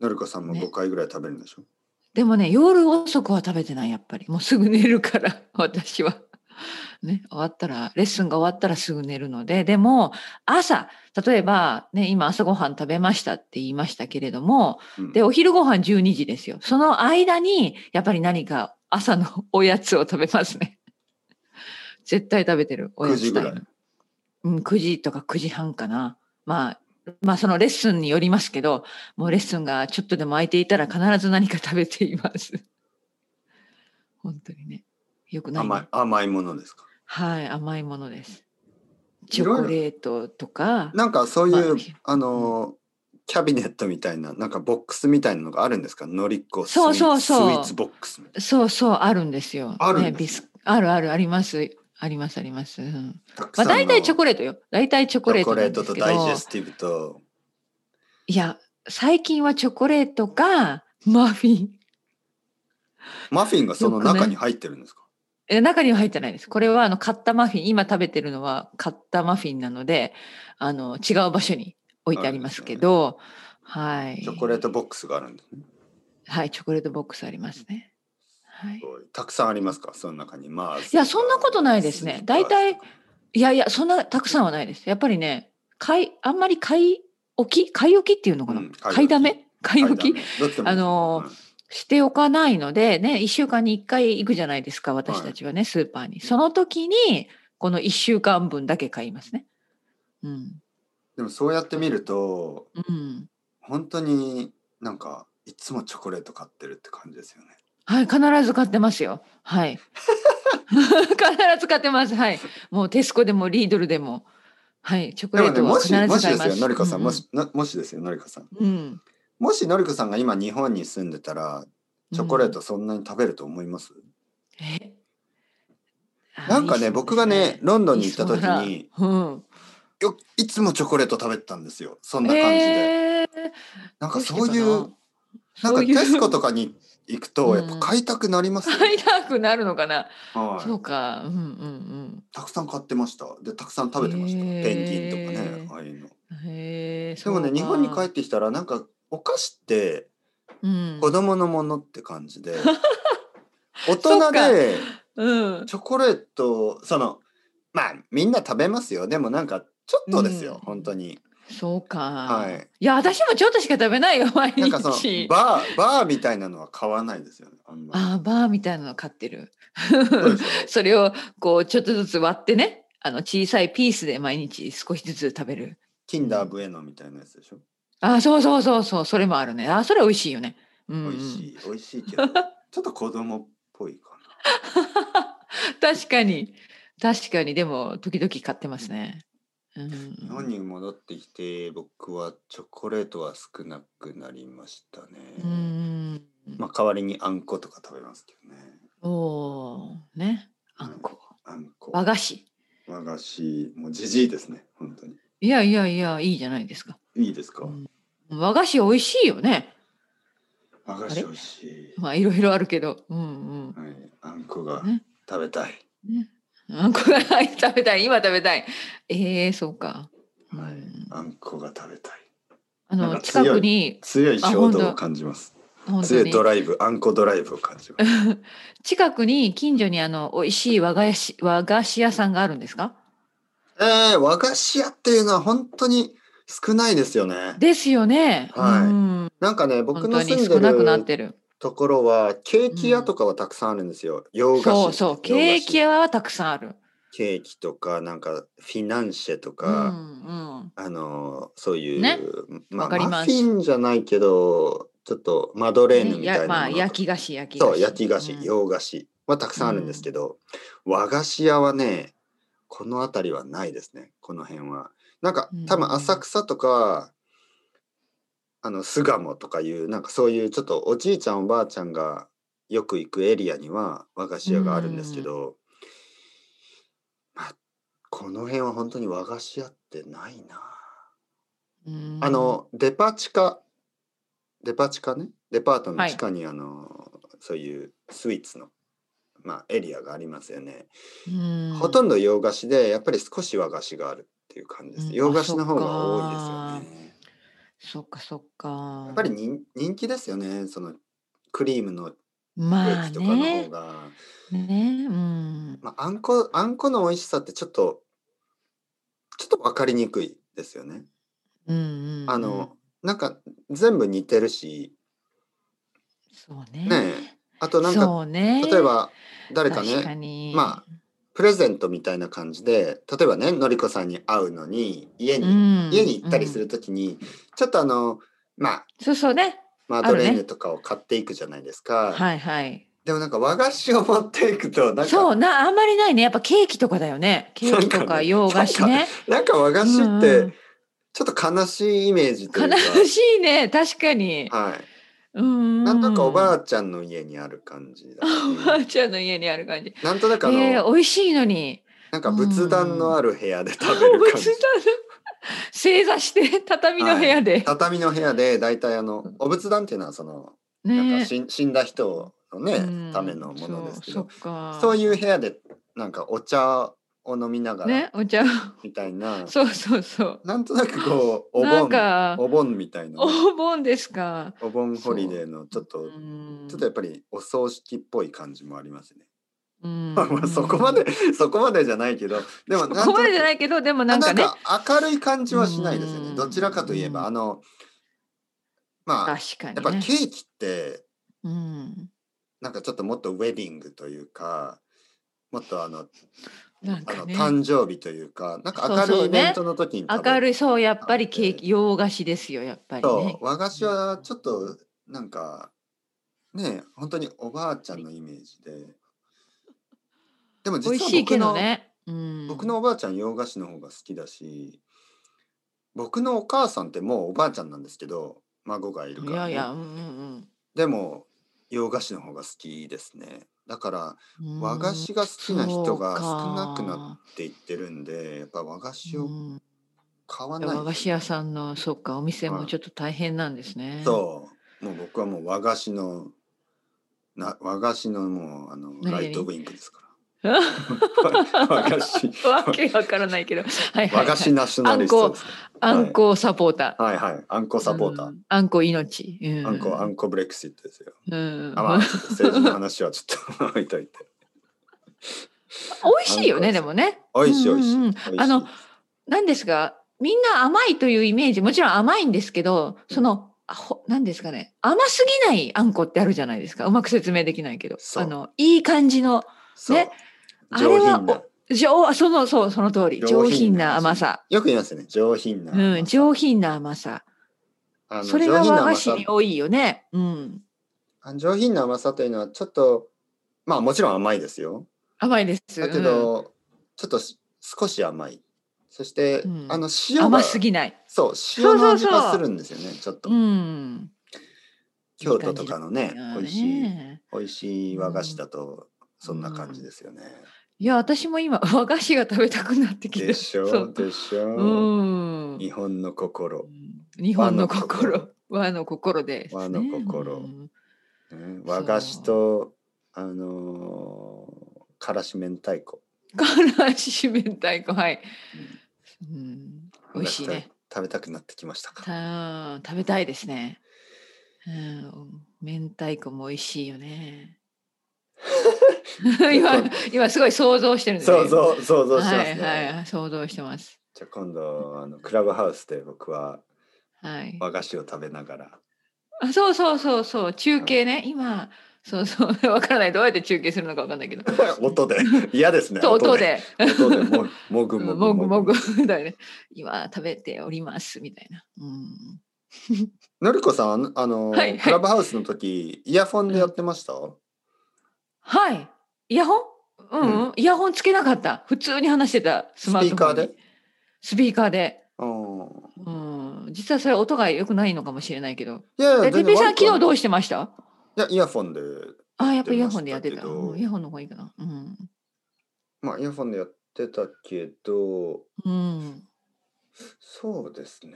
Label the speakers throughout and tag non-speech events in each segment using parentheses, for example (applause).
Speaker 1: はるかさんも
Speaker 2: ね
Speaker 1: 5回ぐらい食べるんでしょ、
Speaker 2: でもね夜遅くは食べてないやっぱりもうすぐ寝るから (laughs) 私は。ね、終わったらレッスンが終わったらすぐ寝るのででも朝例えば、ね、今朝ごはん食べましたって言いましたけれども
Speaker 1: うん
Speaker 2: でお昼ご飯12時ですよその間にやっぱり何か朝の (laughs) おやつを食べますね絶対食べてるおや
Speaker 1: 9時
Speaker 2: つ
Speaker 1: ぐ
Speaker 2: タイ
Speaker 1: らい
Speaker 2: ム。うん、9時とか9時半かな。まあ、まあそのレッスンによりますけど、もうレッスンがちょっとでも空いていたら必ず何か食べています。 (laughs) 本当にね。よくない、
Speaker 1: 甘い
Speaker 2: ね。
Speaker 1: 甘いものですか
Speaker 2: はい、甘いものです。チ
Speaker 1: い
Speaker 2: ョ
Speaker 1: ろいろ
Speaker 2: コレートとか、
Speaker 1: なんかそういう、
Speaker 2: ま
Speaker 1: あ、のーキャビネットみたいななんかボックスみたいなのがあるんですかのりっこスイ
Speaker 2: そうそうそう
Speaker 1: スイーツボックスみたい
Speaker 2: そうそう、あるんですよ。
Speaker 1: あるんです
Speaker 2: ね、ビスあるある、あります。あります、あります。うん、
Speaker 1: なたく
Speaker 2: ま
Speaker 1: さ
Speaker 2: あ
Speaker 1: んの
Speaker 2: 大体チョコレートよ。大体チョコレー
Speaker 1: チョ
Speaker 2: ト
Speaker 1: コレ
Speaker 2: な
Speaker 1: ー
Speaker 2: んで
Speaker 1: ト
Speaker 2: す
Speaker 1: と
Speaker 2: けど。
Speaker 1: ダイジェスティブと
Speaker 2: いや、最近はチョコレートか、マフィン。
Speaker 1: マフィンがその
Speaker 2: よく
Speaker 1: 中
Speaker 2: ね
Speaker 1: に入ってるんですか、
Speaker 2: え中には入ってないです。これはあの買ったマフィン、今食べてるのは買ったマフィンなので、あの違う場所に置いてありますけど、はい。
Speaker 1: チョコレート
Speaker 2: ボッ
Speaker 1: ボックスがあるんですね
Speaker 2: クス。はい、チョコレートボックスありますね。はい
Speaker 1: す。ごいたくさんありますかその中にまあい
Speaker 2: いや、そんなことないですね。大体、いやいや、そんなたくさんはないです。やっぱりね、買い、あんまり買い置き買い置きっていうのかな、
Speaker 1: うん買い置き
Speaker 2: 買いだめ買い置き
Speaker 1: どっちでもいいです
Speaker 2: あの
Speaker 1: う
Speaker 2: ー
Speaker 1: ん
Speaker 2: しておかないので、ね、1週間に1回行くじゃないですか、私たちはね、スーパーに。その時に、この1週間分だけ買いますね。うん。
Speaker 1: でもそうやって見ると
Speaker 2: うん。
Speaker 1: 本当になんかいつもチョコレート買ってるって感じですよね。
Speaker 2: はい、必ず買ってますよ。
Speaker 1: (laughs)
Speaker 2: はい。必ず買ってます。はい。もうテスコでもリードルでも、はい、チョコ
Speaker 1: で
Speaker 2: レ
Speaker 1: も
Speaker 2: ー
Speaker 1: ね
Speaker 2: トは
Speaker 1: も
Speaker 2: 必
Speaker 1: し
Speaker 2: ず買い
Speaker 1: も
Speaker 2: ま
Speaker 1: し
Speaker 2: す。
Speaker 1: ですよのりこさん、
Speaker 2: うんうん
Speaker 1: もしなもしですよのりこさんもしの
Speaker 2: うん。
Speaker 1: りこさんが今日本に住んでたらチョコレートそんなに食べると思います、
Speaker 2: うん。えあ
Speaker 1: なんか
Speaker 2: いい質問です
Speaker 1: ね僕がねロンドンに行った時
Speaker 2: いい
Speaker 1: に
Speaker 2: 質問
Speaker 1: よいつもチョコレート食べてたんですよそん
Speaker 2: だ
Speaker 1: な感じで、
Speaker 2: へー
Speaker 1: なん
Speaker 2: ど
Speaker 1: か
Speaker 2: して
Speaker 1: そういう
Speaker 2: か
Speaker 1: なん
Speaker 2: な
Speaker 1: かテスコ
Speaker 2: (laughs) そういう
Speaker 1: とかに行くと
Speaker 2: うん
Speaker 1: やっぱ買いたくなりますよ、
Speaker 2: (laughs) 買いたくなるのかな、そ
Speaker 1: は
Speaker 2: うかうんうん
Speaker 1: い、たくさん買ってましたでたくさん食べてました
Speaker 2: へー
Speaker 1: ペンギンとかねああいうの
Speaker 2: うんへえ
Speaker 1: でもね日本に帰ってきたらなんかお菓子って子供のものって感
Speaker 2: (laughs)
Speaker 1: じで大人で
Speaker 2: うん、
Speaker 1: チョコレートそのまあみんな食べますよでもなんかちょっとですよ、
Speaker 2: うん
Speaker 1: 本当に
Speaker 2: そうか、
Speaker 1: はい、
Speaker 2: や私もちょっとしか食べないよ毎日
Speaker 1: なんか
Speaker 2: (laughs)
Speaker 1: そのバーバーみたいなのは買わないですよねあんまり
Speaker 2: あーバーみたいなの買ってる
Speaker 1: どうでしょう
Speaker 2: それをこうちょっとずつ割ってねあの小さいピースで毎日少しずつ食べる
Speaker 1: キンダーブエノみたいなやつでしょ
Speaker 2: あーそうそうそうそうそれもあるねあーそれ美味しいよね、うんうん、
Speaker 1: 美味しい美味しいけどちょっと子供っぽいか
Speaker 2: (laughs) 確かに確かにでも時々買ってますね、うん
Speaker 1: な日本に戻ってきて僕はチョコレートは少なくなりましたね、
Speaker 2: うん
Speaker 1: まあ代わりにあんことか食べますけどね
Speaker 2: おおーねあんこ
Speaker 1: あんこ
Speaker 2: 和菓子
Speaker 1: 和菓子もうじじいですね本当に
Speaker 2: いやいやいやいいじゃないですか
Speaker 1: いいですか、
Speaker 2: うん和菓子美味しいよね
Speaker 1: 和菓子美味しい
Speaker 2: まあいろいろあるけどうん
Speaker 1: はい、あんこが
Speaker 2: ね
Speaker 1: 食べたい。
Speaker 2: うんねあんこが食べたい今食べたいえー、そうか、うん
Speaker 1: はい、あんこが食べたい。
Speaker 2: あ
Speaker 1: なん
Speaker 2: の
Speaker 1: か強い
Speaker 2: 近くに
Speaker 1: 強い
Speaker 2: あ
Speaker 1: 衝
Speaker 2: 本
Speaker 1: 動
Speaker 2: 当
Speaker 1: を感じます。
Speaker 2: 本当
Speaker 1: 強
Speaker 2: に
Speaker 1: いドライブ、あんこドライブを感じます。
Speaker 2: 近くに近所にあの美味しい和菓子和菓子屋さんがあるんですか
Speaker 1: えー、和菓子屋っていうのは本当に少ないですよね。
Speaker 2: ですよね。
Speaker 1: はい
Speaker 2: うん、
Speaker 1: なんかね、僕
Speaker 2: 本
Speaker 1: の
Speaker 2: 当
Speaker 1: 住
Speaker 2: に
Speaker 1: ん
Speaker 2: 少なくなっ
Speaker 1: でる
Speaker 2: てる。
Speaker 1: ところは、ケーキ屋とかはたくさんあるんですよ。洋菓子。
Speaker 2: そうそう、ケーキ
Speaker 1: 洋菓
Speaker 2: 屋はたくさんある。
Speaker 1: 子。ケーキとか、なんかフィナンシェと
Speaker 2: うん
Speaker 1: か。
Speaker 2: うん。
Speaker 1: あのーそういう、
Speaker 2: ね
Speaker 1: まあ
Speaker 2: わかり
Speaker 1: マ
Speaker 2: ま
Speaker 1: フ
Speaker 2: す
Speaker 1: ィンじゃないけどちょっとマドレーヌみたいな
Speaker 2: や
Speaker 1: もの
Speaker 2: まあ
Speaker 1: とか
Speaker 2: 焼き菓子焼き菓子。
Speaker 1: そう焼き菓子、
Speaker 2: うん
Speaker 1: 洋菓子はたくさんあるんですけど、和菓子屋はねこの辺りはないですねこの辺は。なんか
Speaker 2: うん
Speaker 1: 多分浅草とか、あの巣鴨とかいうなんかそういうちょっとおじいちゃんおばあちゃんがよく行くエリアには和菓子屋があるんですけど、まあ、この辺は本当に和菓子屋ってないな。
Speaker 2: うん
Speaker 1: あのデパ地下デパ地下ねデパートの地下に、あのそういうスイーツの、まあ、エリアがありますよね、
Speaker 2: うん
Speaker 1: ほとんど洋菓子でやっぱり少し和菓子があるっていう感じです、
Speaker 2: うん
Speaker 1: 洋菓子の方が多いですよね
Speaker 2: そっかそっか。
Speaker 1: やっぱり人人気ですよねそのクリームのケ
Speaker 2: ま
Speaker 1: ー
Speaker 2: あ
Speaker 1: キとかの方
Speaker 2: ね。
Speaker 1: が、
Speaker 2: ね、うん。
Speaker 1: まあ、あんこあんこの美味しさってちょっとちょっと分かりにくいですよね。
Speaker 2: うんうんうん
Speaker 1: あの、なんか全部似てるし
Speaker 2: そうね。
Speaker 1: ねあとなんか
Speaker 2: そうね。
Speaker 1: 例えば誰か
Speaker 2: 確か
Speaker 1: ね
Speaker 2: に。
Speaker 1: まプレゼントみたいな感じで例えばねのりこさんに会うのに家に、
Speaker 2: うん
Speaker 1: 家に行ったりするときに、ちょっとあのまあ
Speaker 2: そうそうね。
Speaker 1: マ
Speaker 2: あ
Speaker 1: ド
Speaker 2: るね
Speaker 1: レーヌとかを買っていくじゃないですか、
Speaker 2: はいはい。
Speaker 1: でもなんか和菓子を持っていくとなん
Speaker 2: そ
Speaker 1: か
Speaker 2: うなあんまりないね。やっぱケーキとかだよね。ケーキとか洋菓子ね。
Speaker 1: なんか和菓子っ
Speaker 2: う
Speaker 1: て
Speaker 2: ん
Speaker 1: ちょっと悲しいイメージというか、
Speaker 2: 悲しいね。確かに。
Speaker 1: はい、
Speaker 2: うん。
Speaker 1: なんとかおば
Speaker 2: あ。
Speaker 1: あちゃんの家にある感じだし
Speaker 2: おばあちゃんの家にある感じ。
Speaker 1: なんとなくあの、
Speaker 2: えー、美味しいのに。
Speaker 1: なんか仏壇のある部屋で食べる感
Speaker 2: (laughs)
Speaker 1: じ
Speaker 2: 仏壇正座して畳の部屋で。
Speaker 1: (laughs) 畳の部屋で大体あのお仏壇っていうのはその、なん
Speaker 2: ね
Speaker 1: か死ん死んだ人のね、
Speaker 2: うん
Speaker 1: ためのものですけど
Speaker 2: そうそっか
Speaker 1: そういう部屋でなんかお茶を飲みながら
Speaker 2: ねお茶を
Speaker 1: みたいな、
Speaker 2: そうそうそう
Speaker 1: なんとなくこうお
Speaker 2: なん
Speaker 1: 盆
Speaker 2: か
Speaker 1: お盆みたいなね、
Speaker 2: お盆ですか
Speaker 1: お盆ホリデーのちょっと、
Speaker 2: うん
Speaker 1: ちょっとやっぱりお葬式っぽい感じもありますね。
Speaker 2: う
Speaker 1: (laughs) まあ
Speaker 2: ん
Speaker 1: そこまでそこまでじゃないけどでもな
Speaker 2: そ
Speaker 1: んとな
Speaker 2: こまでじゃないいけどでもなんかね
Speaker 1: 明るい感じはしないですよ
Speaker 2: う
Speaker 1: ね。
Speaker 2: ん
Speaker 1: どちらかといえ
Speaker 2: う
Speaker 1: ば
Speaker 2: ん
Speaker 1: あのまあ
Speaker 2: 確かに
Speaker 1: や
Speaker 2: ね
Speaker 1: っぱケーキって
Speaker 2: うん
Speaker 1: なんかちょっともっとウェディングというかもっとあの,、
Speaker 2: なん
Speaker 1: あ
Speaker 2: か
Speaker 1: の
Speaker 2: ね
Speaker 1: 誕生日というかなんか
Speaker 2: そ
Speaker 1: 明
Speaker 2: うそ
Speaker 1: る
Speaker 2: う
Speaker 1: いイベ
Speaker 2: ね
Speaker 1: ントの時に食べ
Speaker 2: 明るいそうやっぱり
Speaker 1: なん
Speaker 2: ケ
Speaker 1: で
Speaker 2: ーキ洋菓子ですよやっぱりね
Speaker 1: そう和菓子はちょっとなんかね本当におばあちゃんのイメージででも
Speaker 2: 美味
Speaker 1: 実は
Speaker 2: しい
Speaker 1: 僕
Speaker 2: けど
Speaker 1: の、
Speaker 2: ねうん
Speaker 1: 僕のおばあちゃん洋菓子の方が好きだし僕のお母さんってもうおばあちゃんなんですけど孫がいるか
Speaker 2: い
Speaker 1: ら、
Speaker 2: や
Speaker 1: ね、
Speaker 2: いやうんうん
Speaker 1: でも洋菓子の方が好きですねだから
Speaker 2: うん
Speaker 1: 和菓子が好きな人が少なく
Speaker 2: そう
Speaker 1: な
Speaker 2: か
Speaker 1: っていってるんでやっぱ和菓子を
Speaker 2: うん
Speaker 1: 買わない、
Speaker 2: 和菓子屋さんのそうかお店
Speaker 1: は
Speaker 2: も
Speaker 1: い
Speaker 2: ちょっと大変なんですね。
Speaker 1: そうもう僕はもう和菓子のな和菓子のもうあの
Speaker 2: 何
Speaker 1: ライトウィンクですから
Speaker 2: (laughs) う。
Speaker 1: 和菓子
Speaker 2: (laughs) わけわからないけど。はいは
Speaker 1: (laughs) 和
Speaker 2: い、は
Speaker 1: 菓子
Speaker 2: い。
Speaker 1: ナショナリストです
Speaker 2: あんこサポータ
Speaker 1: はいはいあんこ
Speaker 2: ー。
Speaker 1: サポーター、
Speaker 2: うんあんこ命。うん、
Speaker 1: あんこあ
Speaker 2: ん
Speaker 1: んこブレクシットですよ、
Speaker 2: うん、
Speaker 1: あまあちょっと政治の話はちょっと置いといて
Speaker 2: 美味しいよ
Speaker 1: あんこ
Speaker 2: ね、でもね。
Speaker 1: 美味しい美味しい,、
Speaker 2: うんうんうん
Speaker 1: 美味しい
Speaker 2: あのなんですが、みんな甘いというイメージ、もちろん甘いんですけど、その、あほなんですかね。甘すぎないあんこってあるじゃないですか。うまく説明できないけど。
Speaker 1: そう
Speaker 2: あの、いい感じの、
Speaker 1: そう
Speaker 2: ねあれ
Speaker 1: 上
Speaker 2: は
Speaker 1: 品な
Speaker 2: 上、その、そう、その通り。上品な甘さ。
Speaker 1: よく言いますよね上品な甘さ
Speaker 2: うん、上品な甘さ。
Speaker 1: あの
Speaker 2: それが和菓
Speaker 1: 上
Speaker 2: 子
Speaker 1: 品な甘さ
Speaker 2: に多いよね。うん。
Speaker 1: あの上品な甘さというのはちょっとまあもちろん甘いですよ
Speaker 2: 甘いです。
Speaker 1: だけど、ちょっとし少し甘いそして、
Speaker 2: うん
Speaker 1: あの
Speaker 2: うん
Speaker 1: 塩が
Speaker 2: 甘すぎない。
Speaker 1: そう塩の味
Speaker 2: そうそうそ
Speaker 1: が
Speaker 2: う
Speaker 1: するんですよねちょっと、
Speaker 2: うん。
Speaker 1: 京都とかのね美味しい
Speaker 2: ね
Speaker 1: 美味しい和菓子だとそんな感じですよね、
Speaker 2: いや、私も今、和菓子が食べたくなってきて。
Speaker 1: でし
Speaker 2: そ
Speaker 1: ょ
Speaker 2: う
Speaker 1: でしょ、
Speaker 2: うん。
Speaker 1: 日本の心、
Speaker 2: 日本の
Speaker 1: 和の
Speaker 2: 心。和の心です、ね。
Speaker 1: 和の心
Speaker 2: うん
Speaker 1: ね、和菓子とあのーからし明太子
Speaker 2: からし明太子、はい。うん。
Speaker 1: 美
Speaker 2: 美味しいね。
Speaker 1: 食べたくなってきましたか
Speaker 2: た食べたいですね。うん、明太子も美味しいよ
Speaker 1: (laughs)
Speaker 2: ね。今今すごい想像してるんです、ね。
Speaker 1: 想像想像してますね、
Speaker 2: はいはい想像してます。
Speaker 1: じゃあ今度あのクラブハウスで僕は
Speaker 2: はい。
Speaker 1: 和菓子を食べなが
Speaker 2: (laughs)
Speaker 1: ら
Speaker 2: あそうそうそうそう中継ね、今そうそう (laughs) わからないどうやって中継するのかわかんないけど。
Speaker 1: 音で嫌ですね
Speaker 2: と音で
Speaker 1: 音でももぐ
Speaker 2: う
Speaker 1: も
Speaker 2: ん
Speaker 1: ぐ
Speaker 2: もぐもぐ (laughs) だよね。今食べておりますみたいな。うん。
Speaker 1: のりこさんあのあの、
Speaker 2: はいはい
Speaker 1: クラブハウスの時イヤフォンでやってました、
Speaker 2: はい。イヤホン？うん、うん、イヤホンつけなかった。普通に話してたス
Speaker 1: ス
Speaker 2: マ
Speaker 1: ピ
Speaker 2: ー
Speaker 1: ー
Speaker 2: トフ
Speaker 1: カ
Speaker 2: ォ
Speaker 1: ー
Speaker 2: ンに
Speaker 1: で
Speaker 2: スピーカーで。
Speaker 1: うん
Speaker 2: うん、実はそれ音が良くないのかもしれないけど。
Speaker 1: いやい
Speaker 2: え、
Speaker 1: や
Speaker 2: てっぺいさん、昨日ど
Speaker 1: う
Speaker 2: うしてました
Speaker 1: いやイヤフォンで
Speaker 2: あ、やっぱイヤホンでやって。
Speaker 1: やったてましたけど
Speaker 2: うんイヤホンの方がいいかな。うん。
Speaker 1: まあイヤフォンでやってたけど
Speaker 2: うん。
Speaker 1: そうですね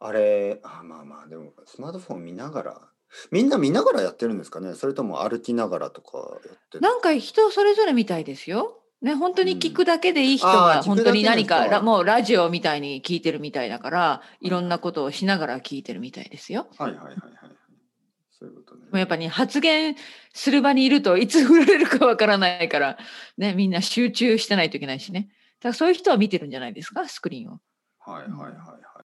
Speaker 1: あれあまあまあでもスマートフォン見ながらみんな見ながらやってるんですかねそれとも歩きながらとかやってる
Speaker 2: なんか人それぞれみたいですよ。ね、本当に聞くだけでいい人
Speaker 1: あ
Speaker 2: は
Speaker 1: ー
Speaker 2: 本当に
Speaker 1: 聞
Speaker 2: 何
Speaker 1: くだけの
Speaker 2: か
Speaker 1: 人は
Speaker 2: ラもうラジオみたいに聞いてるみたいだからいろんなことをしながら聞いてるみたいですよ。
Speaker 1: はいはいはいはい。そういうことね。
Speaker 2: もうやっぱり、ね、発言する場にいるといつ振られるかわからないから、ね、みんな集中してないといけないしねだからそういう人は見てるんじゃないですかスクリーンを。
Speaker 1: はいはいはいはい。